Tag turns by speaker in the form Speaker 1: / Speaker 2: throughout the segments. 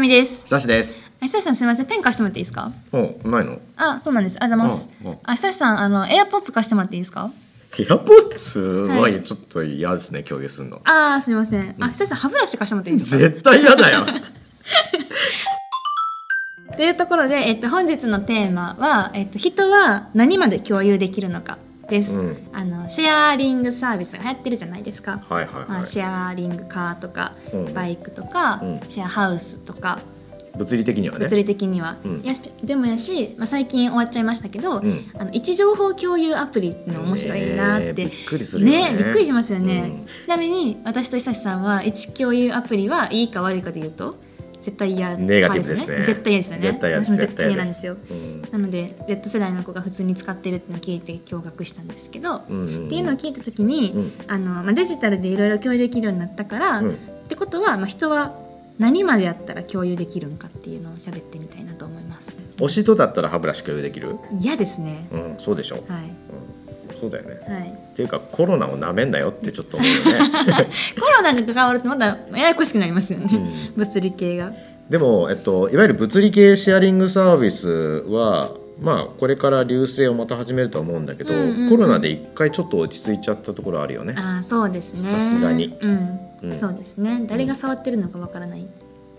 Speaker 1: みです。
Speaker 2: 久しです。
Speaker 1: あ久しさんすみません、ペン貸してもらっていいですか
Speaker 2: お、ないの。
Speaker 1: あ、そうなんです。ありがとうございます
Speaker 2: うんうん。
Speaker 1: あ、久しさん、あの、エアポッツ貸してもらっていいですか
Speaker 2: ヘアポッツは
Speaker 1: はい
Speaker 2: ちょっと嫌ですね、共有するの。
Speaker 1: あー、すみません。あ、久しさん、歯ブラシ貸してもらっていいですか
Speaker 2: 絶対嫌 だよ。
Speaker 1: というところで、えっと、本日のテーマは、えっと、人は何まで共有できるのかです。
Speaker 2: うん
Speaker 1: あの、シェアリングサービスが流行ってるじゃないですか。
Speaker 2: はいはいはい
Speaker 1: まあ、シェアリングカーとか、
Speaker 2: うん
Speaker 1: バイクとか、
Speaker 2: うん
Speaker 1: シェアハウスとか、
Speaker 2: 物理的にはね
Speaker 1: 物。理的には、
Speaker 2: うん
Speaker 1: やしでもやし、まあ、最近終わっちゃいましたけど、
Speaker 2: うん
Speaker 1: あの位置情報共有アプリっていうの面白いなって、
Speaker 2: ねえびっくりするよね
Speaker 1: びっくりしますよね、
Speaker 2: うん
Speaker 1: ちなみに私と久志さんは位置共有アプリはいいか悪いかで言うと絶対嫌
Speaker 2: ネガティブですね
Speaker 1: 絶対嫌ですよね
Speaker 2: 絶対嫌です
Speaker 1: 私も絶対嫌なんで
Speaker 2: 絶
Speaker 1: す
Speaker 2: 対
Speaker 1: よ
Speaker 2: 嫌ですうん
Speaker 1: なので Z 世代の子が普通に使ってるっていうのを聞いて驚愕したんですけど、
Speaker 2: うんうんうん
Speaker 1: っていうのを聞いた時に、
Speaker 2: うん
Speaker 1: あのまあ、デジタルでいろいろ共有できるようになったから、
Speaker 2: うん
Speaker 1: ってことは、まあ、人は何までやったら共有できるのかっていうのを喋ってみたいなと思います
Speaker 2: 推しとだったら歯ブラシ共有できる。
Speaker 1: 嫌ですね、
Speaker 2: うん、そうでしょ。
Speaker 1: はい
Speaker 2: うん、そうだよね。
Speaker 1: はい、
Speaker 2: っていうか、コロナをなめんなよってちょっと思うよ ね。
Speaker 1: コロナに関わるとまだややこしくなりますよね、物理系が
Speaker 2: でも、えっと、いわゆる物理系シェアリングサービスは。まあ、これから流星をまた始めるとは思うんだけど、
Speaker 1: うんうんうん
Speaker 2: コロナで一回ちょっと落ち着いちゃったところあるよね。
Speaker 1: ああそうですね
Speaker 2: さすがに
Speaker 1: うん、
Speaker 2: うん
Speaker 1: そうですね誰が触ってるのかわからない、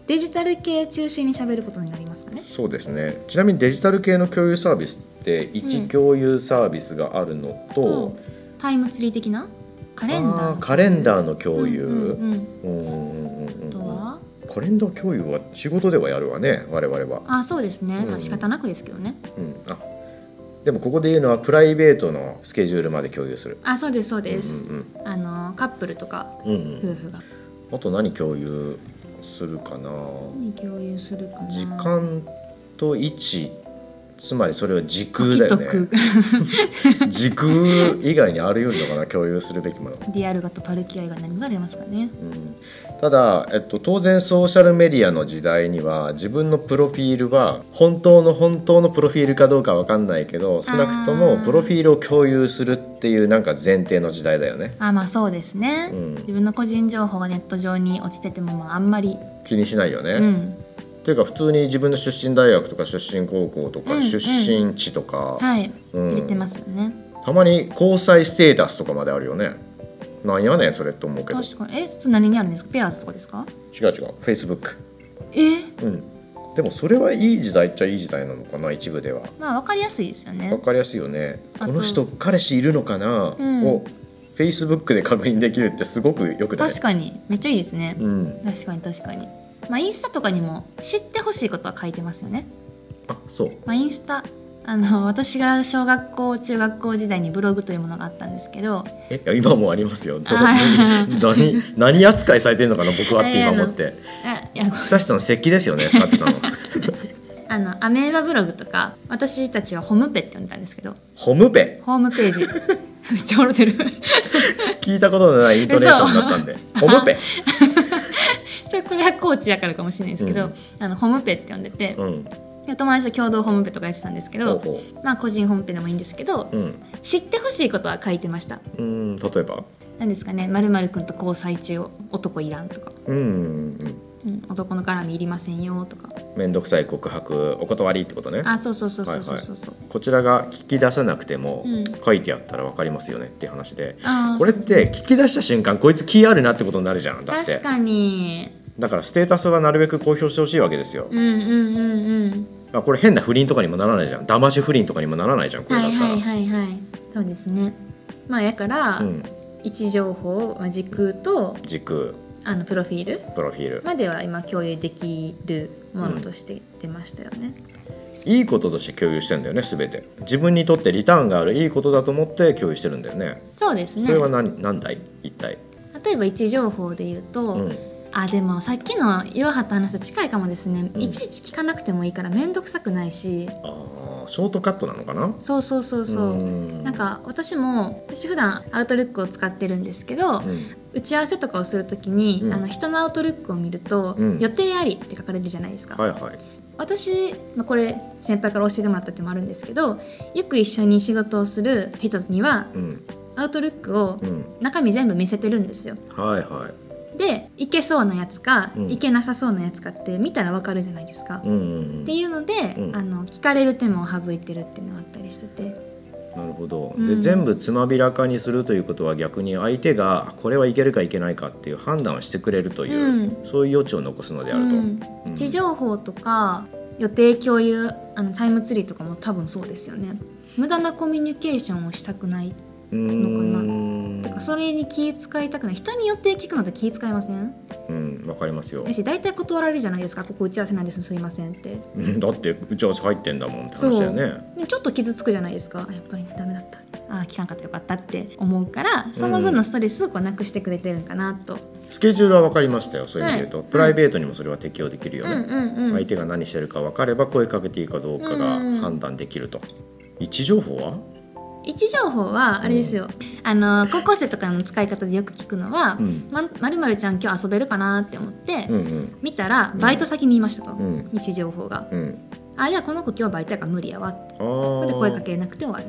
Speaker 1: デジタル系中心に喋ることになりますかね
Speaker 2: そうですねちなみにデジタル系の共有サービスって位置共有サービスがあるのと、
Speaker 1: とタイムツリー的なカレンダ
Speaker 2: あ
Speaker 1: ー
Speaker 2: カレンダーの
Speaker 1: と
Speaker 2: 共
Speaker 1: い
Speaker 2: 有、
Speaker 1: うんうん
Speaker 2: うんうんうんう
Speaker 1: あ
Speaker 2: ん
Speaker 1: とは
Speaker 2: カレンダー共有は仕事ではやるわね我々は、
Speaker 1: あそうですね、
Speaker 2: うん
Speaker 1: まあ仕方なくですけどね
Speaker 2: うん、あでもここで言うのはプライベートのスケジュールまで共有する
Speaker 1: あそうですそうです、
Speaker 2: うん
Speaker 1: あのカップルとか
Speaker 2: うんうんうん
Speaker 1: 夫婦が
Speaker 2: あと何共有するかな
Speaker 1: 何共有するかな
Speaker 2: 時間と位置つまりそれは時空
Speaker 1: 時
Speaker 2: だ
Speaker 1: と
Speaker 2: よね
Speaker 1: 空
Speaker 2: 時空以外にあるようのかな共有するべきもの
Speaker 1: ディアルガとパルキア以外何がありますかね
Speaker 2: うんただ、えっと、当然ソーシャルメディアの時代には自分のプロフィールは本当の本当のプロフィールかどうかわかんないけど少なくと
Speaker 1: あ
Speaker 2: も
Speaker 1: ー
Speaker 2: プロフィールを共有するっていうなんか前提の時代だよね
Speaker 1: あまあそうですね、
Speaker 2: うん
Speaker 1: 自分の個人情報がネット上に落ちててもまああんまり
Speaker 2: 気にしないよね。
Speaker 1: うん
Speaker 2: っていうか普通に自分の出身大学とか出身高校と
Speaker 1: うんう
Speaker 2: か
Speaker 1: ん
Speaker 2: 出身地とか、
Speaker 1: はい、
Speaker 2: うん
Speaker 1: 入れてますよね
Speaker 2: たまに交際ステータスとかまであるよね。なんやねんそれって思うけど違
Speaker 1: 確かにえそれ何にあるんですかペアーズとかですか
Speaker 2: う違う Facebook。
Speaker 1: え
Speaker 2: うんでもそれはいい時代っちゃいい時代なのかな一部では。
Speaker 1: まあわかりやすいですよ
Speaker 2: わ
Speaker 1: ね
Speaker 2: かりやすいよね。
Speaker 1: あ
Speaker 2: ことの人彼氏いるのかな、
Speaker 1: うん
Speaker 2: を Facebook で確認できるってすごくよくない。
Speaker 1: 確かにめっちゃいいですね、
Speaker 2: うん。
Speaker 1: 確かに確かにまあインスタとかにも知ってほしいことは書いてますよね
Speaker 2: あ、そう。
Speaker 1: まあ、インスタあの私が小学校中学校時代にブログというものがあったんですけど
Speaker 2: え、いや今もありますよ。ど
Speaker 1: あ
Speaker 2: 何何扱いされてるのかな僕はって今思って。
Speaker 1: あいやごめん
Speaker 2: 久しさん石器ですよね使ってたの。
Speaker 1: あのアメーバブログとか私たちはホームペって呼んでたんですけど
Speaker 2: ホムペ
Speaker 1: ホームページ めっちゃ笑ってる
Speaker 2: 聞いたことのないイントネーションだったんで。ホム ペ。
Speaker 1: それこれはコーチやからかもしれないですけど、
Speaker 2: うん
Speaker 1: あのホームペって呼んでて、
Speaker 2: うん。
Speaker 1: で友達と共同ホームペとかやってたんですけ
Speaker 2: ほう
Speaker 1: ど
Speaker 2: ほ
Speaker 1: まあ個人ホームペでもいいんですけど、
Speaker 2: う。うん。
Speaker 1: 知ってほしいことは書いてました
Speaker 2: うん。例えば。
Speaker 1: 何ですかね「まるくんと交際中男いらん」とか、
Speaker 2: うんうんうん。
Speaker 1: うん「男の絡みいりませんよ」とか
Speaker 2: めんどくさい告白お断りってことね。
Speaker 1: あそうそうそうそうそうそうそう、
Speaker 2: こちらが聞き出さなくても
Speaker 1: うん
Speaker 2: 書いてあったらわかりますよねっていう話で。
Speaker 1: あー
Speaker 2: これって聞き出した瞬間こいつ気あるなってことになるじゃんだって
Speaker 1: 確かに
Speaker 2: だからステータスはなるべく公表してほしいわけですよ、
Speaker 1: うんうんうんうん
Speaker 2: あこれ変な不倫とかにもならないじゃん騙し不倫とかにもならないじゃんこれ
Speaker 1: は
Speaker 2: だ
Speaker 1: い
Speaker 2: ったら、
Speaker 1: はいはいはいそうですねまあやから、
Speaker 2: うん、
Speaker 1: 位置情報、まあ、時空と
Speaker 2: 軸
Speaker 1: あのプロフィール
Speaker 2: プロフィール
Speaker 1: までは今共有できるものとして出ましたよね、
Speaker 2: いいこととして共有してんだよね全て自分にとってリターンがあるいいことだと思って共有してるんだよね
Speaker 1: そうですね
Speaker 2: それは何何だい一体
Speaker 1: 例えば位置情報で言うと、
Speaker 2: うん
Speaker 1: あでもさっきの岩波と話と近いかもですね、
Speaker 2: うん
Speaker 1: いちいち聞かなくてもいいから面倒くさくないし
Speaker 2: あーショートカットなのかな
Speaker 1: そうそうそうそう、
Speaker 2: ん
Speaker 1: なんか私も私普段アウトルックを使ってるんですけど、
Speaker 2: うん
Speaker 1: 打ち合わせとかをするときに、
Speaker 2: うん
Speaker 1: あの人のアウトルックを見ると、
Speaker 2: うん
Speaker 1: 予定ありって書かれるじゃないですか、
Speaker 2: はいはい
Speaker 1: 私、まあ、これ先輩から教えてもらったってのもあるんですけどよく一緒に仕事をする人には
Speaker 2: うん
Speaker 1: アウトルックを
Speaker 2: うん
Speaker 1: 中身全部見せてるんですよ
Speaker 2: はいはい
Speaker 1: でいけそうなやつか、
Speaker 2: うん
Speaker 1: いけなさそうなやつかって見たらわかるじゃないですか、
Speaker 2: うんうんうん
Speaker 1: っていうので、
Speaker 2: うん
Speaker 1: あの聞かれる手間を省いてるっていうのがあったりしてて
Speaker 2: なるほど、
Speaker 1: う
Speaker 2: で
Speaker 1: ん
Speaker 2: 全部つまびらかにするということは逆に相手があこれはいけるかいけないかっていう判断をしてくれるという、
Speaker 1: うん
Speaker 2: そういう余地を残すのであると、
Speaker 1: うん
Speaker 2: うん
Speaker 1: 地情報とか予定共有あのタイムツリーとかも多分そうですよね無駄なコミュニケーションをしたくないだからそれに気使いたくない人によって聞くのって気使いません
Speaker 2: うんわかりますよ
Speaker 1: だし大体断られるじゃないですかここ打ち合わせなんですすいませんって
Speaker 2: うん だって打ち合わせ入ってんだもんって話だよね
Speaker 1: でもちょっと傷つくじゃないですかあやっぱりねダメだったあー聞かんかったよかったって思うからその分のストレスをこうなくしてくれてるんかなと、
Speaker 2: スケジュールは分かりましたよそういう意味で言うと、
Speaker 1: はい
Speaker 2: プライベートにもそれは適用できるよ
Speaker 1: う
Speaker 2: ね、
Speaker 1: んうんうん
Speaker 2: 相手が何してるか分かれば声かけていいかどうかが
Speaker 1: うん
Speaker 2: 判断できると、位置情報は
Speaker 1: 位置情報はあれですよ、あの高校生とかの使い方でよく聞くのは
Speaker 2: うん
Speaker 1: 「ままるまるちゃん今日遊べるかな?」って思って、
Speaker 2: うんうん
Speaker 1: 見たらバイト先にいましたと、
Speaker 2: うん
Speaker 1: 位置情報が
Speaker 2: うん
Speaker 1: 「あじゃあこの子今日バイトやから無理やわ」って
Speaker 2: あ
Speaker 1: で声か
Speaker 2: ー
Speaker 1: けなくて終わる、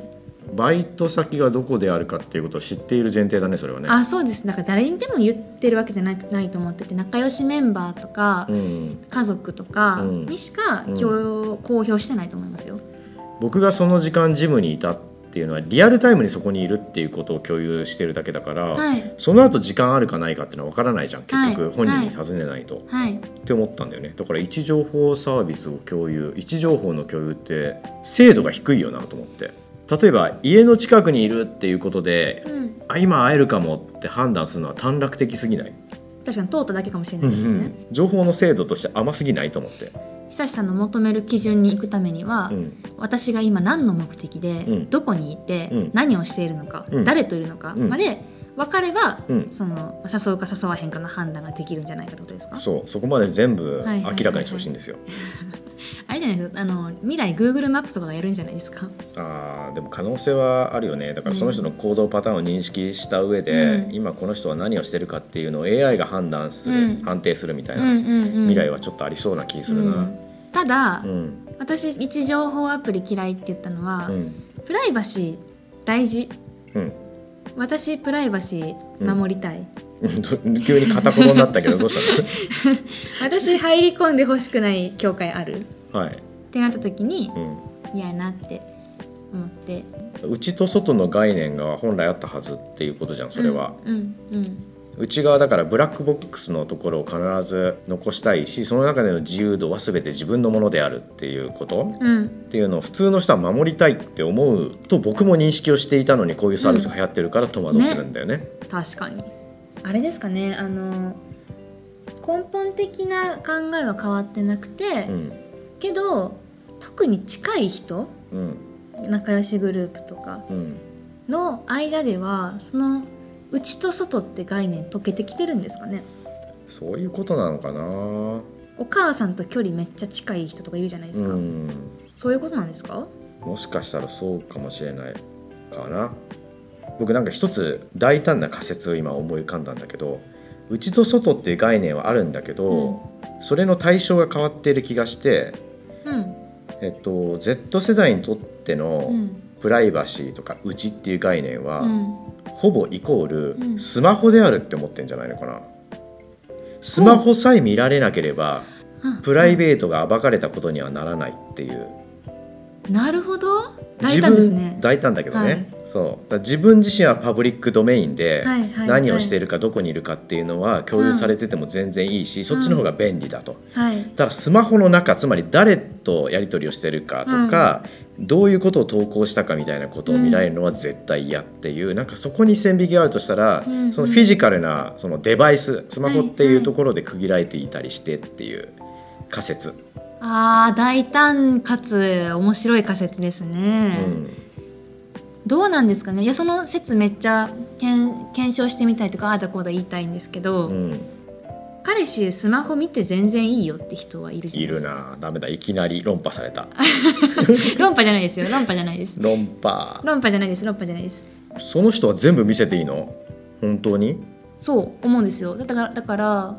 Speaker 2: バイト先がどこであるかっていうことを知っている前提だねそれはね
Speaker 1: あそうですだから誰にでも言ってるわけじゃなくないと思ってて仲良しメンバーとか、
Speaker 2: うん、
Speaker 1: 家族とか
Speaker 2: うん
Speaker 1: にしか
Speaker 2: うん
Speaker 1: 共、公表してないと思いますよ。
Speaker 2: 僕がその時間ジムにいたっていうのはリアルタイムにそこにいるっていうことを共有してるだけだから、
Speaker 1: はい
Speaker 2: その後時間あるかないかっていうのは分からないじゃん結
Speaker 1: は
Speaker 2: 局
Speaker 1: い
Speaker 2: 本人に尋ねないと、
Speaker 1: はい、
Speaker 2: って思ったんだよねだから位置情報サービスを共有位置情報の共有って精度が低いよなと思って例えば家の近くにいるっていうことで、
Speaker 1: うん、
Speaker 2: あ今会えるかもって判断するのは短絡的すぎない、
Speaker 1: 確かに通っただけかもしれないですよね。
Speaker 2: 情報の精度として甘すぎないと思って、
Speaker 1: 久志さんの求める基準に行くためには、
Speaker 2: うん
Speaker 1: 私が今何の目的で、
Speaker 2: うん
Speaker 1: どこにいて、
Speaker 2: うん
Speaker 1: 何をしているのか、
Speaker 2: うん
Speaker 1: 誰といるのか
Speaker 2: うん
Speaker 1: まで分かれば、
Speaker 2: うん
Speaker 1: その誘うか誘わへんかの判断ができるんじゃないかってことですか
Speaker 2: そうそこまで全部
Speaker 1: はいはい
Speaker 2: 明らかにしてほしいんですよ、
Speaker 1: あれじゃないですかあの未来 Google マップとかがやるんじゃないですか
Speaker 2: あーでも可能性はあるよねだからその人の行動パターンを認識した上で、
Speaker 1: うん
Speaker 2: 今この人は何をしてるかっていうのを AI が判断する、
Speaker 1: うん
Speaker 2: 判定するみたいな、
Speaker 1: 未
Speaker 2: 未来はちょっとありそうな気するな
Speaker 1: ただ、
Speaker 2: うん
Speaker 1: 私位置情報アプリ嫌いって言ったのは、
Speaker 2: うん
Speaker 1: プライバシー大事
Speaker 2: うん、
Speaker 1: 私プライバシー守りたい、
Speaker 2: ど急に片言になったけどどうし
Speaker 1: 私入り込んでほしくない教会あるった
Speaker 2: の はい、
Speaker 1: てなった時に
Speaker 2: う
Speaker 1: 嫌やなって思って
Speaker 2: ん、内と外の概念が本来あったはずっていうことじゃんそれは、
Speaker 1: うんうん
Speaker 2: 内側だからブラックボックスのところを必ず残したいしその中での自由度は全て自分のものであるっていうこと、
Speaker 1: うん
Speaker 2: っていうのを普通の人は守りたいって思うと僕も認識をしていたのにこういうサービスが流行ってるから戸惑ってるんだよね。
Speaker 1: 確かにあれですかねあの根本的な考えは変わってなくて、
Speaker 2: うん
Speaker 1: けど特に近い人
Speaker 2: うん
Speaker 1: 仲良しグループとか
Speaker 2: うん
Speaker 1: の間ではその内と外って概念溶けてきてるんですかね
Speaker 2: そういうことなのかな。
Speaker 1: お母さんと距離めっちゃ近い人とかいるじゃないですか、
Speaker 2: うん、
Speaker 1: そういうことなんですか
Speaker 2: もしかしたらそうかもしれないかな。僕なんか一つ大胆な仮説を今思い浮かんだんだけど内と外っていう概念はあるんだけど、それの対象が変わっている気がして、
Speaker 1: うん
Speaker 2: えっと、Z 世代にとって
Speaker 1: う
Speaker 2: の
Speaker 1: ん
Speaker 2: プライバシーとか内っていう概念は、
Speaker 1: うん
Speaker 2: ほぼイコ
Speaker 1: う
Speaker 2: ール
Speaker 1: ん
Speaker 2: スマホであるって思ってんじゃないのかな、スマホさえ見られなければ
Speaker 1: あ
Speaker 2: プライベートが暴かれたことにはならないっていう
Speaker 1: なるほど大胆です
Speaker 2: 自
Speaker 1: ね
Speaker 2: 分大胆だけどね、
Speaker 1: はい
Speaker 2: そうだから自分自身はパブリックドメインで
Speaker 1: はいはいはい
Speaker 2: 何をしているかどこにいるかっていうのは共有されてても全然いいし、そっちの方が便利だと、
Speaker 1: はい
Speaker 2: ただスマホの中つまり誰とやり取りをしてるかとか、どういうことを投稿したかみたいなことを見られるのは絶対嫌っていう、なんかそこに線引きがあるとしたら、
Speaker 1: うん
Speaker 2: そのフィジカルなそのデバイススマホっていうところで区切られていたりしてっていう仮説、
Speaker 1: あー大胆かつ面白い仮説ですね、
Speaker 2: うん
Speaker 1: どうなんですかねいやその説めっちゃけん検証してみたいとかああだこうだ言いたいんですけど、
Speaker 2: うん、
Speaker 1: 彼氏スマホ見て全然いいよって人はいるじ
Speaker 2: い
Speaker 1: ゃないで
Speaker 2: る
Speaker 1: すか
Speaker 2: なダメだいきなり論破された
Speaker 1: 論破じゃないですよ論破じゃないです
Speaker 2: 論破
Speaker 1: 論破じゃないです論破じゃないです
Speaker 2: その人は全部見せていいの本当に
Speaker 1: そう思うんですよだからだから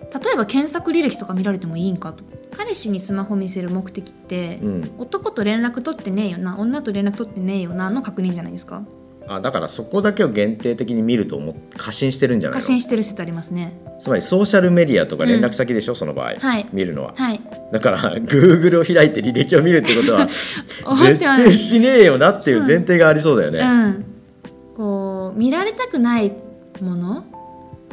Speaker 1: 例えば検索履歴とか見られてもいいんかと彼氏にスマホ見せる目的って、
Speaker 2: うん
Speaker 1: 男と連絡取ってねえよな女と連絡取ってねえよなの確認じゃないですか
Speaker 2: あだからそこだけを限定的に見ると思っ過信してるんじゃな
Speaker 1: 過
Speaker 2: いの
Speaker 1: 信してる説ありますね
Speaker 2: つまりソーシャルメディアとか連絡先でしょ、その場合、
Speaker 1: はい
Speaker 2: 見るのは
Speaker 1: はい
Speaker 2: だから Google を開いて履歴を見るってことは
Speaker 1: 思っ
Speaker 2: 絶
Speaker 1: てはない
Speaker 2: 対しねえよなっていう前提がありそうだよね、
Speaker 1: うんこう見られたくないもの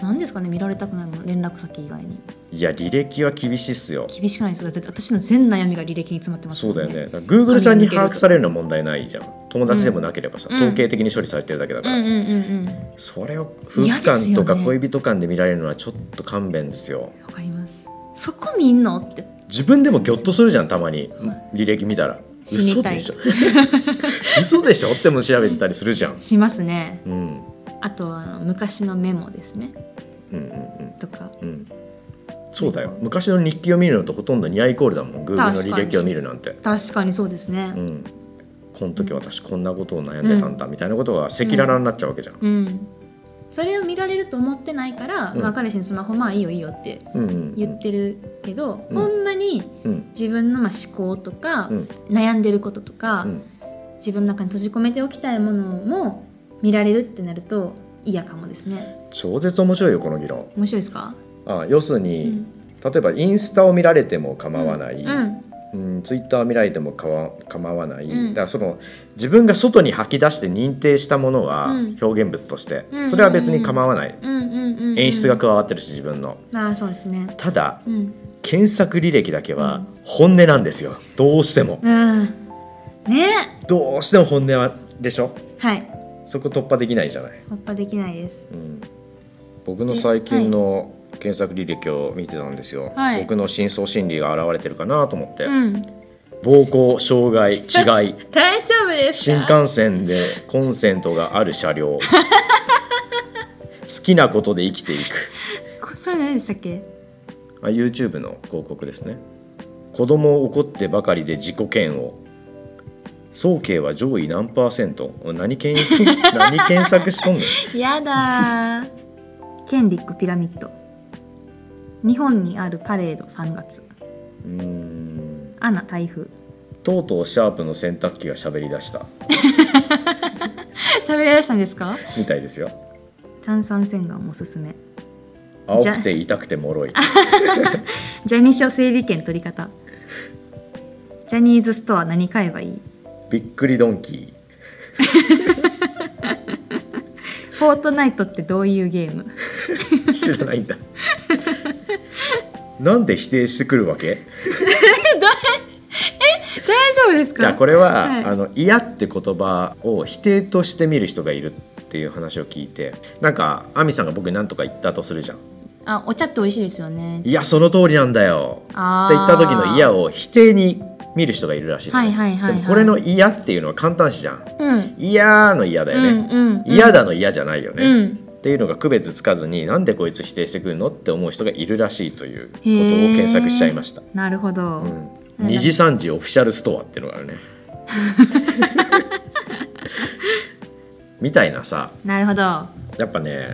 Speaker 1: なんですかね見られたくないもの連絡先以外に
Speaker 2: いや履歴は厳しいっすよ
Speaker 1: 厳しくないですかだって私の全悩みが履歴に詰まってます
Speaker 2: そ
Speaker 1: も
Speaker 2: うんだよねだから Google さんに把握されるのは問題ないじゃん友達でもなければさ、
Speaker 1: うん
Speaker 2: 統計的に処理されてるだけだ
Speaker 1: う
Speaker 2: から、
Speaker 1: んうんうんうん
Speaker 2: それを夫婦間とか
Speaker 1: 嫌ですよね
Speaker 2: 恋人間で見られるのはちょっと勘弁ですよ
Speaker 1: わかりますそこ見んのって
Speaker 2: 自分でもギョッとするじゃんたまに履歴見たら
Speaker 1: 死に
Speaker 2: 嘘
Speaker 1: たい
Speaker 2: でしょ 嘘でしょっても調べてたりするじゃん
Speaker 1: しますね
Speaker 2: うん
Speaker 1: あとはあの昔のメモですね
Speaker 2: うんうん
Speaker 1: とか
Speaker 2: うんうんそうだよ昔の日記を見るのとほとんど似合いイコールだもん Google の履歴を見るなんて
Speaker 1: 確かにそうですね
Speaker 2: うんこの時私こんなことを悩んでたんだみたいなことが赤裸々になっちゃうわけじゃん
Speaker 1: うん、それを見られると思ってないから、
Speaker 2: うん
Speaker 1: まあ、彼氏にスマホまあいいよいいよって
Speaker 2: うんうん
Speaker 1: 言ってるけど、
Speaker 2: うん
Speaker 1: ほんまに
Speaker 2: うん
Speaker 1: 自分のまあ思考とか、
Speaker 2: うん
Speaker 1: 悩んでることとか、
Speaker 2: うん
Speaker 1: 自分の中に閉じ込めておきたいものも見られるってなると嫌かもですね
Speaker 2: 超絶面白いよこの議論
Speaker 1: 面白いですか、
Speaker 2: あ要する
Speaker 1: う
Speaker 2: に、例えばインスタを見られても構わない、
Speaker 1: うん
Speaker 2: うん、ツイッター見られてもかわ構わない、
Speaker 1: うん
Speaker 2: だからその自分が外に吐き出して認定したものは
Speaker 1: うん
Speaker 2: 表現物として、
Speaker 1: うん
Speaker 2: それは別に構わない、
Speaker 1: うんうんうんうん
Speaker 2: 演出が加わってるし自分の
Speaker 1: まあそうですね
Speaker 2: ただ
Speaker 1: うん
Speaker 2: 検索履歴だけは本音なんですよどうしても
Speaker 1: うんね
Speaker 2: どうしても本音はでしょ
Speaker 1: はい
Speaker 2: そこ突破できないじゃない、
Speaker 1: 突破できないです
Speaker 2: うん、僕の最近の検索履歴を見てたんですよ、
Speaker 1: はい
Speaker 2: 僕の深層心理が現れてるかなと思って、
Speaker 1: うん
Speaker 2: 暴行障 害違い
Speaker 1: 大丈夫です
Speaker 2: 新幹線でコンセントがある車両 好きなことで生きていく
Speaker 1: こそれ何でしたっ け
Speaker 2: あ YouTube の広告ですね子供を怒ってばかりで自己嫌悪総計は上位何パーセント何検 何検索しとんねん
Speaker 1: やだーケンリックピラミッド日本にあるパレード3月
Speaker 2: うーん
Speaker 1: アナ台 風
Speaker 2: とうとうシャープの洗濯機が喋り出した
Speaker 1: 喋り出したんですか
Speaker 2: みたいですよ
Speaker 1: チャンサン洗顔おすすめ
Speaker 2: 青くて痛くて脆い
Speaker 1: ジャニー書整理券取り方ジャニーズストア何買えばいい
Speaker 2: びっくりドンキ
Speaker 1: フォートナイトってどういうゲーム
Speaker 2: ー知らないんだなんで否定してくるわけ
Speaker 1: 大丈夫です
Speaker 2: いや
Speaker 1: か
Speaker 2: これは、
Speaker 1: はい
Speaker 2: あの嫌って言葉を否定として見る人がいるっていう話を聞いてなんか亜美さんが僕に何とか言ったとするじゃん
Speaker 1: あお茶って美味しいですよね
Speaker 2: いやその通りなんだよって
Speaker 1: あー
Speaker 2: 言った時の嫌を否定に見る人がいるらしいのね、
Speaker 1: はいはいはいはい
Speaker 2: でもこれの嫌っていうのは簡単詞じゃん
Speaker 1: うん
Speaker 2: 嫌の嫌だよね、
Speaker 1: うんうん
Speaker 2: 嫌だの嫌じゃないよね、
Speaker 1: うん
Speaker 2: っていうのが区別つかずになんでこいつ否定してくるのって思う人がいるらしいということを検索しちゃいました、
Speaker 1: なるほど、
Speaker 2: うん、二次三次オフィシャルストアっていうの があるねみたいなさ
Speaker 1: なるほど
Speaker 2: やっぱね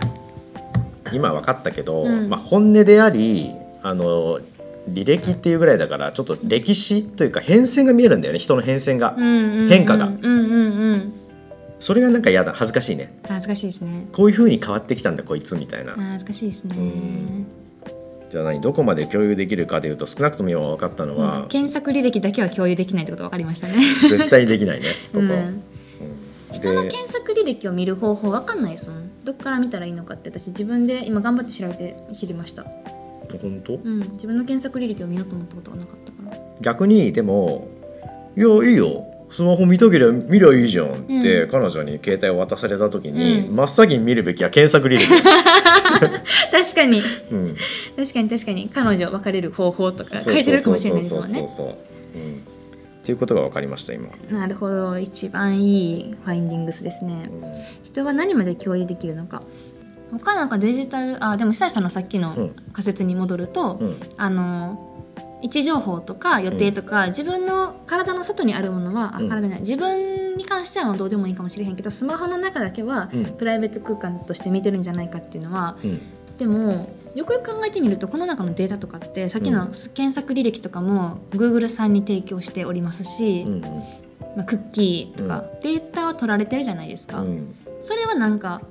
Speaker 2: 今分かったけど、
Speaker 1: うん
Speaker 2: まあ、本音でありあの履歴っていうぐらいだからちょっと歴史というか変遷が見えるんだよね人の変遷が、
Speaker 1: うんうんうん
Speaker 2: 変化が
Speaker 1: うんうんうん
Speaker 2: それがなんか嫌だ恥ずかしいね
Speaker 1: 恥ずかしいですね
Speaker 2: こういう風に変わってきたんだこいつみたいな、
Speaker 1: あー恥ずかしいですね
Speaker 2: うんじゃあ何どこまで共有できるかでいうと少なくとも今分かったの
Speaker 1: う
Speaker 2: は
Speaker 1: ん、検索履歴だけは共有できないってこと分かりましたね
Speaker 2: 絶対できないねここ、
Speaker 1: うん人の
Speaker 2: で
Speaker 1: 検索履歴を見る方法分かんないですもんどっから見たらいいのかって私自分で今頑張って調べて知りました
Speaker 2: 本当、
Speaker 1: うん自分の検索履歴を見ようと思ったことがなかったから
Speaker 2: 逆にでも「いやいいよスマホ見とけりゃ見りゃいいじゃん」って、
Speaker 1: う
Speaker 2: 彼女に携帯を渡された時に、
Speaker 1: うん
Speaker 2: 真っ先に見るべきは検索 履歴、
Speaker 1: 確かに
Speaker 2: うん、
Speaker 1: 確かに確かに彼女別れる方法とか書いてるかもしれないですもんね
Speaker 2: そうそうそうそう、うん、っていうことが分かりました今、
Speaker 1: なるほど一番いいファインディングスですね
Speaker 2: うん
Speaker 1: 人は何まで共有できるのか他なんかデジタルあでも久石さんのさっき
Speaker 2: う
Speaker 1: の
Speaker 2: ん
Speaker 1: 仮説に戻ると、
Speaker 2: うん
Speaker 1: あの位置情報とか予定とか、自分の体の外にあるものはあ
Speaker 2: うん
Speaker 1: 体じゃない自分に関してはもうどうでもいいかもしれへんけどスマホの中だけは
Speaker 2: うん
Speaker 1: プライベート空間として見てるんじゃないかっていうのは
Speaker 2: うん
Speaker 1: でもよくよく考えてみるとこの中のデータとかってさっきの
Speaker 2: うん
Speaker 1: 検索履歴とかも Google さんに提供しておりますし、
Speaker 2: うん
Speaker 1: まあ、クッキーとかデータは取られてるじゃないですか。
Speaker 2: うん
Speaker 1: それはなんか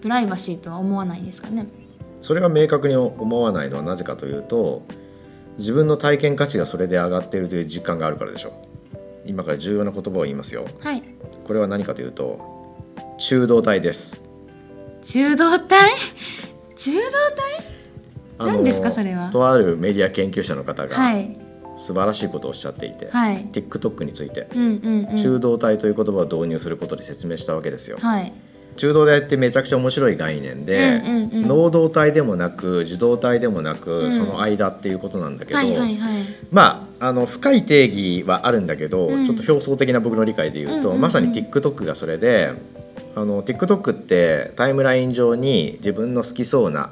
Speaker 1: プライバシーとは思わないですかね
Speaker 2: それが明確に思わないのはなぜかというと自分の体験価値がそれで上がっているという実感があるからでしょ今から重要な言葉を言いますよ
Speaker 1: はい
Speaker 2: これは何かというと中道体です
Speaker 1: 中道体 中道
Speaker 2: あの
Speaker 1: 何ですかそれは
Speaker 2: とあるメディア研究者の方
Speaker 1: 体は
Speaker 2: が
Speaker 1: い
Speaker 2: 素晴らしいことをおっしゃっていて、
Speaker 1: はい
Speaker 2: TikTok について
Speaker 1: うんうんうん
Speaker 2: 中道体という言葉を導入することで説明したわけですよ、
Speaker 1: はい
Speaker 2: 中道体ってめちゃくちゃ面白い概念で、
Speaker 1: うんうんうん
Speaker 2: 能動体でもなく受動体でもなく、
Speaker 1: うん
Speaker 2: その間っていうことなんだけど、
Speaker 1: はいはいはい
Speaker 2: まああの深い定義はあるんだけど、
Speaker 1: うん
Speaker 2: ちょっと表層的な僕の理解で言うと、
Speaker 1: うんうんうん
Speaker 2: まさに TikTok がそれであの TikTok ってタイムライン上に自分の好きそうな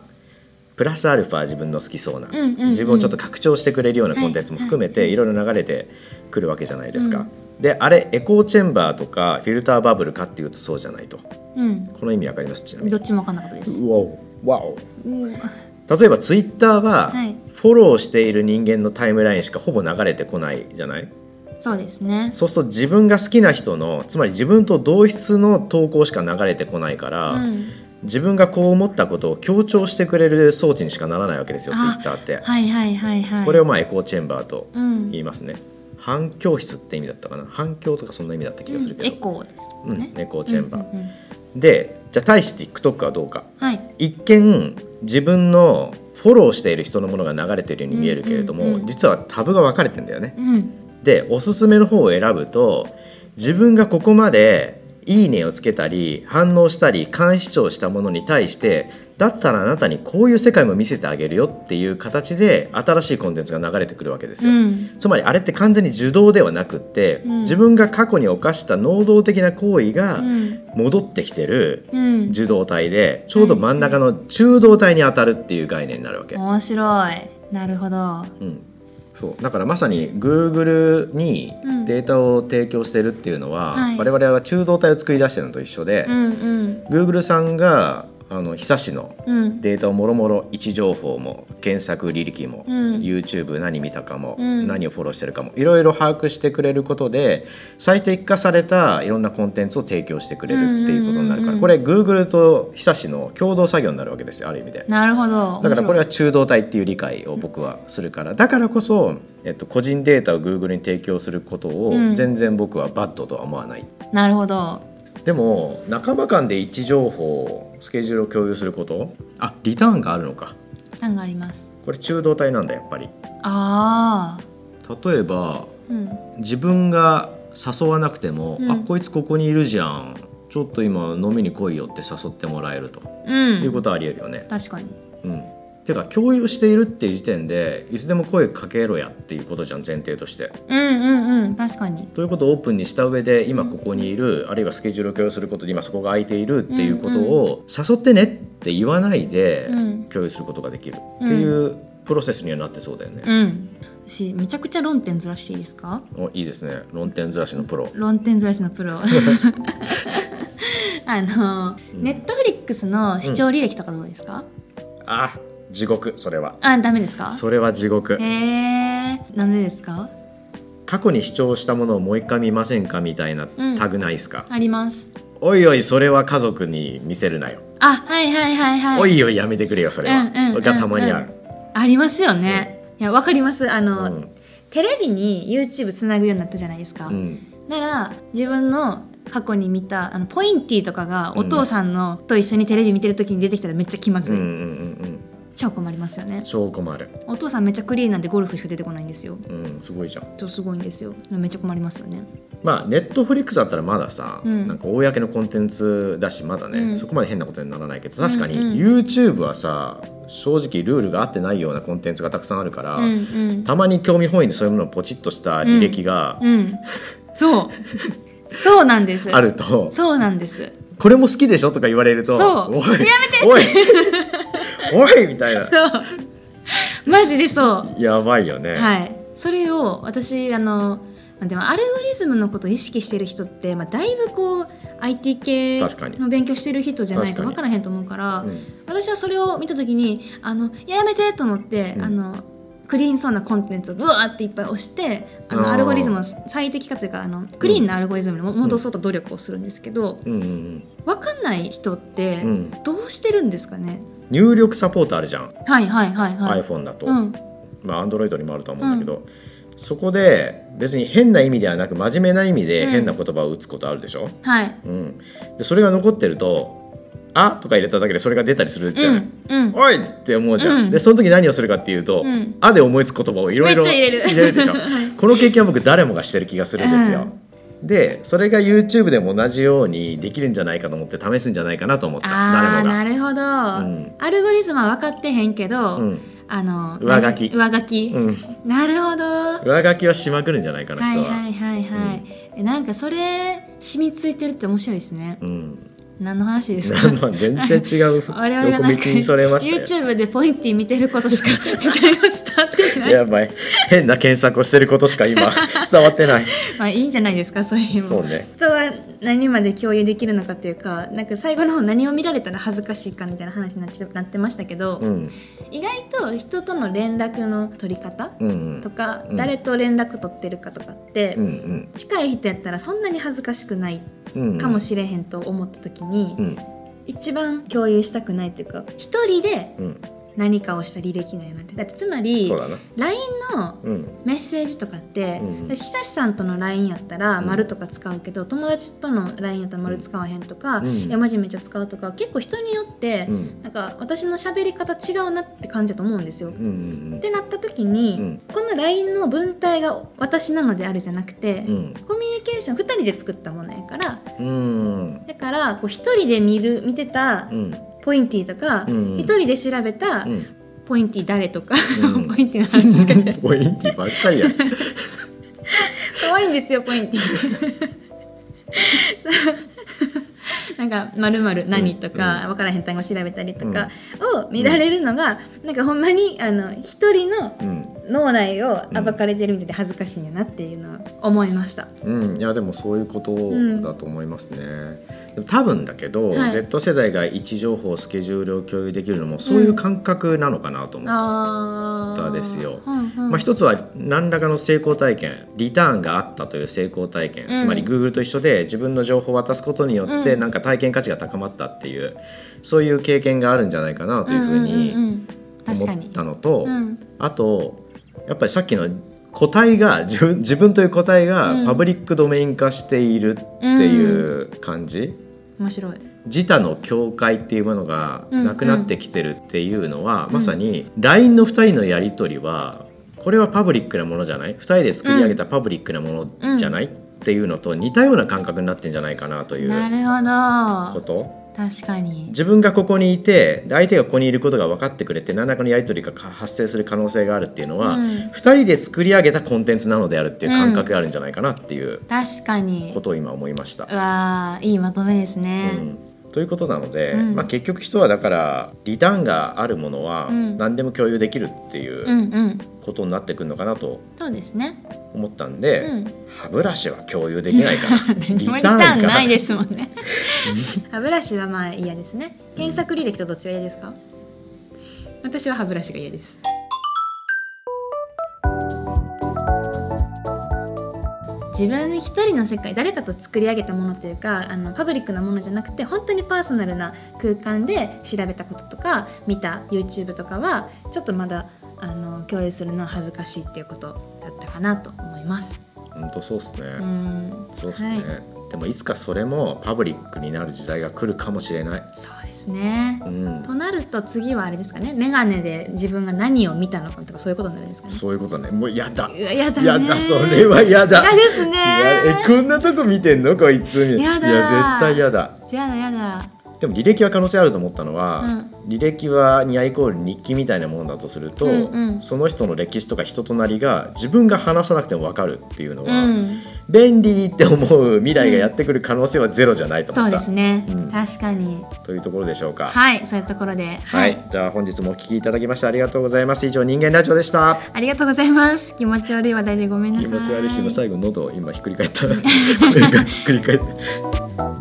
Speaker 2: プラスアルファ自分の好きそうな、
Speaker 1: んうんうん
Speaker 2: 自分をちょっと拡張してくれるようなコンテンツも含めて、
Speaker 1: はい
Speaker 2: いろいろ流れてくるわけじゃないですか。であれエコーチェンバーとかフィルターバブルかっていうとそうじゃないと
Speaker 1: うん
Speaker 2: この意味わかりますちなみに
Speaker 1: どっちも分かんなかったです
Speaker 2: うわおわお
Speaker 1: うん
Speaker 2: 例えばツイッターは
Speaker 1: はい
Speaker 2: フォローしている人間のタイムラインしかほぼ流れてこないじゃない
Speaker 1: そうですね
Speaker 2: そうすると自分が好きな人のつまり自分と同質の投稿しか流れてこないから、
Speaker 1: うん
Speaker 2: 自分がこう思ったことを強調してくれる装置にしかならないわけですよツイ
Speaker 1: あ
Speaker 2: ッターって、
Speaker 1: はいはいはいはい
Speaker 2: これをまあエコーチェンバーと
Speaker 1: うん
Speaker 2: 言いますね、反響室って意味だったかな反響とかそんな意味だった気がするけ
Speaker 1: エ
Speaker 2: ど、
Speaker 1: コーです
Speaker 2: うん
Speaker 1: ね
Speaker 2: エコーチェンバー、
Speaker 1: うんうんうん
Speaker 2: でじゃあ対して TikTok はどうか
Speaker 1: はい
Speaker 2: 一見自分のフォローしている人のものが流れてるように見えるけれども、
Speaker 1: うんうんうん
Speaker 2: 実はタブが分かれてんだよね。
Speaker 1: うん
Speaker 2: でおすすめの方を選ぶと自分がここまで「いいね」をつけたり反応したり監視聴したものに対してだったらあなたにこういう世界も見せてあげるよっていう形で新しいコンテンツが流れてくるわけです
Speaker 1: う
Speaker 2: よ。
Speaker 1: ん
Speaker 2: つまりあれって完全に受動ではなくって、
Speaker 1: うん
Speaker 2: 自分が過去に犯した能動的な行為が
Speaker 1: うん
Speaker 2: 戻ってきてる
Speaker 1: うん
Speaker 2: 受動体でちょうど真ん中の中動体に当たるっていう概念になるわけ、
Speaker 1: 面白いなるほど
Speaker 2: うん、そうだからまさに Google に
Speaker 1: うん
Speaker 2: データを提供してるっていうのは、
Speaker 1: はい
Speaker 2: 我々は中動体を作り出してるのと一緒で
Speaker 1: う、んうん
Speaker 2: Google さんがあの久しの
Speaker 1: うん
Speaker 2: データをもろもろ位置情報も検索履歴も、
Speaker 1: うん
Speaker 2: YouTube 何見たかも、
Speaker 1: うん
Speaker 2: 何をフォローしてるかもいろいろ把握してくれることで最適化されたいろんなコンテンツを提供してくれるっていうことにな
Speaker 1: う
Speaker 2: るから、
Speaker 1: んうんうん
Speaker 2: これ Google と久しの共同作業になるわけですよある意味で。
Speaker 1: なるほど
Speaker 2: だからこれ
Speaker 1: は
Speaker 2: は中道体っていう理解を僕はするからだからこそ、えっと、個人データを Google に提供することを
Speaker 1: うん
Speaker 2: 全然僕はバッドとは思わない、
Speaker 1: なるほど
Speaker 2: でも仲間間で位置情報スケジュールを共有することあリターンがあるのか
Speaker 1: なんかあります
Speaker 2: これ中道体なんだやっぱり
Speaker 1: ああ
Speaker 2: 例えば
Speaker 1: うん
Speaker 2: 自分が誘わなくても、
Speaker 1: うん
Speaker 2: あこいつここにいるじゃんちょっと今飲みに来いよって誘ってもらえると、
Speaker 1: うん
Speaker 2: いうことはありえるよね
Speaker 1: 確かに
Speaker 2: うん、てか共有しているっていう時点でいつでも声かけろやっていうことじゃん前提として。
Speaker 1: うんうんうん確かに
Speaker 2: ということをオープンにした上で今ここにいるあるいはスケジュールを共有することで今そこが空いているっていうことを誘ってねって言わないで
Speaker 1: うん
Speaker 2: 共有することができるっていうプロセスにはなってそうだよね。
Speaker 1: うん私めちゃくちゃ論点ずらしていいですか
Speaker 2: おいいですね論点ずらしのプロ。
Speaker 1: 論点ずらしの プロあのネットフリックスの視聴履歴とかどうですか、
Speaker 2: あ地獄それは。
Speaker 1: あダメですか
Speaker 2: それは地獄
Speaker 1: へえなんでですか
Speaker 2: 過去に視聴したものをもう一回見ませんかみたいな
Speaker 1: うん
Speaker 2: タグないですか、
Speaker 1: あります
Speaker 2: おいおいそれは家族に見せるなよ
Speaker 1: あはいはいはいはい
Speaker 2: おいおいやめてくれよそれは、
Speaker 1: うんうんうん
Speaker 2: がたまにある、
Speaker 1: ありますよね、いやわかりますあ
Speaker 2: う
Speaker 1: の、
Speaker 2: ん
Speaker 1: テレビに YouTube つなぐようになったじゃないですか、
Speaker 2: うん
Speaker 1: なら自分の過去に見たあのポインティとかがお父さんのと一緒にテレビ見てる時に出てきたらめっちゃ気ま
Speaker 2: うんう
Speaker 1: ず
Speaker 2: ん
Speaker 1: い、
Speaker 2: うん
Speaker 1: 超困りますよね
Speaker 2: 超困る、
Speaker 1: お父さんめっちゃクリーンなんでゴルフしか出てこないんですよ
Speaker 2: うん、すごいじゃん
Speaker 1: 超すごいんですよめっちゃ困りますよね
Speaker 2: まあネットフリックスだったらまださ、
Speaker 1: うん
Speaker 2: なんか公のコンテンツだしまだね、
Speaker 1: うん
Speaker 2: そこまで変なことにならないけど確かに
Speaker 1: うんうん
Speaker 2: YouTube はさ正直ルールが合ってないようなコンテンツがたくさんあるから、
Speaker 1: うんうん
Speaker 2: たまに興味本位でそういうものをポチッとした履歴が
Speaker 1: うんそうそうなんです
Speaker 2: あると、
Speaker 1: そうなんです
Speaker 2: これも好きでしょとか言われると
Speaker 1: そう
Speaker 2: おいおいおいみたいな
Speaker 1: マジでそう
Speaker 2: やばいよね、
Speaker 1: はい、それを私あのまあでもアルゴリズムのことを意識してる人って、まあ、だいぶこう IT 系
Speaker 2: 確かに
Speaker 1: の勉強してる人じゃないと
Speaker 2: 確か
Speaker 1: 分
Speaker 2: に
Speaker 1: からへんと思うから
Speaker 2: うん
Speaker 1: 私はそれを見た時にあのいややめてと思って、
Speaker 2: うん
Speaker 1: あのクリーンそうなコンテンツをブワーっていっぱい押してあの
Speaker 2: あー
Speaker 1: アルゴリズムを最適化というかあのクリーンなアルゴリズムにも戻そうと努力をするんですけど、
Speaker 2: うんうん
Speaker 1: わかんない人って
Speaker 2: うんうん
Speaker 1: どうしてるんですかね、
Speaker 2: 入力サポートあるじゃん、
Speaker 1: はいはいはいはい。
Speaker 2: iPhone だと、
Speaker 1: うん、
Speaker 2: まあ Android にもあるとは思うんだけど、そこで別に変な意味ではなく真面目な意味で
Speaker 1: うん
Speaker 2: 変な言葉を打つことあるでしょ、
Speaker 1: はい。
Speaker 2: うん、でそれが残ってると「あ」とか入れただけでそれが出たりするじゃ、
Speaker 1: うんん、うん、
Speaker 2: おいって思うじゃん、
Speaker 1: うん
Speaker 2: でその時何をするかっていうと「
Speaker 1: うん
Speaker 2: あ」で思いつく言葉をいろいろ
Speaker 1: めっちゃ入れる
Speaker 2: で しょこの経験は僕誰もがしてる気がするんですよ、でそれが YouTube でも同じようにできるんじゃないかと思って試すんじゃないかなと思った
Speaker 1: ああ、
Speaker 2: 誰もが
Speaker 1: なるほど、
Speaker 2: ん
Speaker 1: アルゴリズムは分かってへんけど、
Speaker 2: うん
Speaker 1: あの
Speaker 2: 上書き
Speaker 1: 上書き、
Speaker 2: うん、
Speaker 1: なるほど。は
Speaker 2: 上書きはしまくるんじゃないか
Speaker 1: い
Speaker 2: な人は、
Speaker 1: はいはいはい。えなんかそれ染みついてるって面白いですね。
Speaker 2: うん、
Speaker 1: 何の話ですか。
Speaker 2: なんか全 然違う横
Speaker 1: 我々がなん
Speaker 2: 道
Speaker 1: か
Speaker 2: にそれましたよ
Speaker 1: YouTube でポインティ見てることしか 時代が伝わってない。
Speaker 2: やばい変な検索をしてることしか今 伝わってない
Speaker 1: まあいいんじゃないですかそういうのも
Speaker 2: そうね
Speaker 1: 人は何まで共有できるのかっていうかなんか最後の方何を見られたら恥ずかしいかみたいな話になっちゃなってましたけど、
Speaker 2: うん
Speaker 1: 意外と人との連絡の取り方
Speaker 2: うんう
Speaker 1: と
Speaker 2: ん
Speaker 1: か、
Speaker 2: うん
Speaker 1: 誰と連絡取ってるかとかって、
Speaker 2: うんうん
Speaker 1: 近い人やったらそんなに恥ずかしくない
Speaker 2: うん
Speaker 1: かもしれへんと思った時に、
Speaker 2: うん
Speaker 1: 一番共有したくないというか一人で
Speaker 2: うん
Speaker 1: 何かをした履歴なんやなってだってつまり
Speaker 2: そうだな
Speaker 1: LINE の
Speaker 2: うん
Speaker 1: メッセージとかって、
Speaker 2: うん
Speaker 1: で久しさんとの LINE やったら
Speaker 2: うん
Speaker 1: 丸とか使うけど、友達との LINE やったら丸使わへんとか、
Speaker 2: うん
Speaker 1: 絵文字めっちゃ使うとか結構人によって、
Speaker 2: うん
Speaker 1: なんか私の喋り方違うなって感じだと思うんですよ。
Speaker 2: うんうん
Speaker 1: ってなった時に、
Speaker 2: うん
Speaker 1: この LINE の文体が私なのであるじゃなくて、
Speaker 2: うん
Speaker 1: コミュニケーション2人で作ったものやから
Speaker 2: うん
Speaker 1: だからこう1人で見る見てた
Speaker 2: うん
Speaker 1: ポインティとか、
Speaker 2: う
Speaker 1: 一
Speaker 2: ん
Speaker 1: 1人で調べた
Speaker 2: うん
Speaker 1: ポインティ誰とか、
Speaker 2: うん
Speaker 1: ポインティの話しかない
Speaker 2: ポインティばっかりや
Speaker 1: 可愛いんですよポインティ なんか「まる何?」とか、
Speaker 2: うん
Speaker 1: 分からへん単語調べたりとかを見られるのが、なんかほんまにあの一人の
Speaker 2: うん
Speaker 1: 脳内を暴かれてるみたいで恥ずかしいんやなっていうのは思いました。
Speaker 2: うん、いやでもそういうことだと思いますね。でも多分だけど、
Speaker 1: はい
Speaker 2: Z 世代が位置情報スケジュールを共有できるのもそういう感覚なのかなと思う。
Speaker 1: あ
Speaker 2: ったですよ
Speaker 1: うんうん
Speaker 2: まあ、一つは何らかの成功体験リターンがあったという成功体験、
Speaker 1: うん
Speaker 2: つまり Google と一緒で自分の情報を渡すことによって
Speaker 1: うん
Speaker 2: なんか体験価値が高まったっていう、そういう経験があるんじゃないかなというふうに
Speaker 1: んんん確か
Speaker 2: 思っ
Speaker 1: に
Speaker 2: たのと、
Speaker 1: うん
Speaker 2: あとやっぱりさっきの個体が自分自分という個体
Speaker 1: う
Speaker 2: が
Speaker 1: ん
Speaker 2: パブリックドメイン化しているっていう感じ、
Speaker 1: 面白い
Speaker 2: 自他の境界っていうものが
Speaker 1: うん
Speaker 2: なくなってきてるっていうのは、
Speaker 1: ん
Speaker 2: まさに LINE の2人のやり取りはこれはパブリックなものじゃない2人で作り上げたパブリックなものじゃない、っていうのと似たような感覚になってんじゃないかなとい
Speaker 1: な
Speaker 2: う
Speaker 1: るほ
Speaker 2: こ
Speaker 1: ど
Speaker 2: と。
Speaker 1: 確かに
Speaker 2: 自分がここにいてで相手がここにいることが分かってくれて何らかのやり取りが発生する可能性があるっていうのは、
Speaker 1: うん
Speaker 2: 2人で作り上げたコンテンツなのであるっていう感覚があるんじゃないかなっていう
Speaker 1: 確かに
Speaker 2: ことを今思いました。
Speaker 1: うわーいいまとめです
Speaker 2: う
Speaker 1: ね、
Speaker 2: んということなので、
Speaker 1: うん
Speaker 2: まあ、結局人はだからリターンがあるものは
Speaker 1: うん
Speaker 2: 何でも共有できるっていううん
Speaker 1: うん
Speaker 2: ことになってくるのかなと
Speaker 1: そうですね。
Speaker 2: 思ったん
Speaker 1: う
Speaker 2: で、
Speaker 1: ん。
Speaker 2: 歯ブラシは共有できな いから
Speaker 1: リターンないですすもん ね。歯ブラシはまあ嫌ですね。検索履歴とどっちが嫌ですか？私は歯ブラシが嫌です。自分一人の世界誰かと作り上げたものというかあのパブリックなものじゃなくて本当にパーソナルな空間で調べたこととか見た YouTube とかはちょっとまだあの共有するのは恥ずかしいっていうことだったかなと思います。
Speaker 2: 本当そうですね、
Speaker 1: うん
Speaker 2: そうですね、
Speaker 1: はい
Speaker 2: でもいつかそれもパブリックになる時代が来るかもしれない、
Speaker 1: そうですね
Speaker 2: う。ん、
Speaker 1: となると次はあれですかね眼鏡で自分が何を見たのかとかそういうことになるんですかね。
Speaker 2: そういうことねもうやだ
Speaker 1: うわやだね
Speaker 2: やだそれはやだ
Speaker 1: 嫌ですね
Speaker 2: いやえこんなとこ見てんのこいつに
Speaker 1: やだ
Speaker 2: いや絶対やだ
Speaker 1: やだやだ。
Speaker 2: でも履歴は可能性あると思ったのは、履歴はニアイコール日記みたいなものだとすると、
Speaker 1: うんうん
Speaker 2: その人の歴史とか人となりが自分が話さなくても分かるっていうの
Speaker 1: う
Speaker 2: は、
Speaker 1: ん、
Speaker 2: 便利って思う未来がやってくる可能性はゼロじゃないと
Speaker 1: そ
Speaker 2: 思
Speaker 1: う
Speaker 2: った、
Speaker 1: ですね、
Speaker 2: うん
Speaker 1: 確かに
Speaker 2: というところでしょうか。
Speaker 1: はいそういうところでは、
Speaker 2: はいい、じゃあ本日もお聞きいただきましてありがとうございます以上人間ラジオでした
Speaker 1: ありがとうございます気持ち悪い話題でごめんなさ
Speaker 2: 気
Speaker 1: い
Speaker 2: 持ち悪いし今最後喉今ひっくり返った声がひっくり返った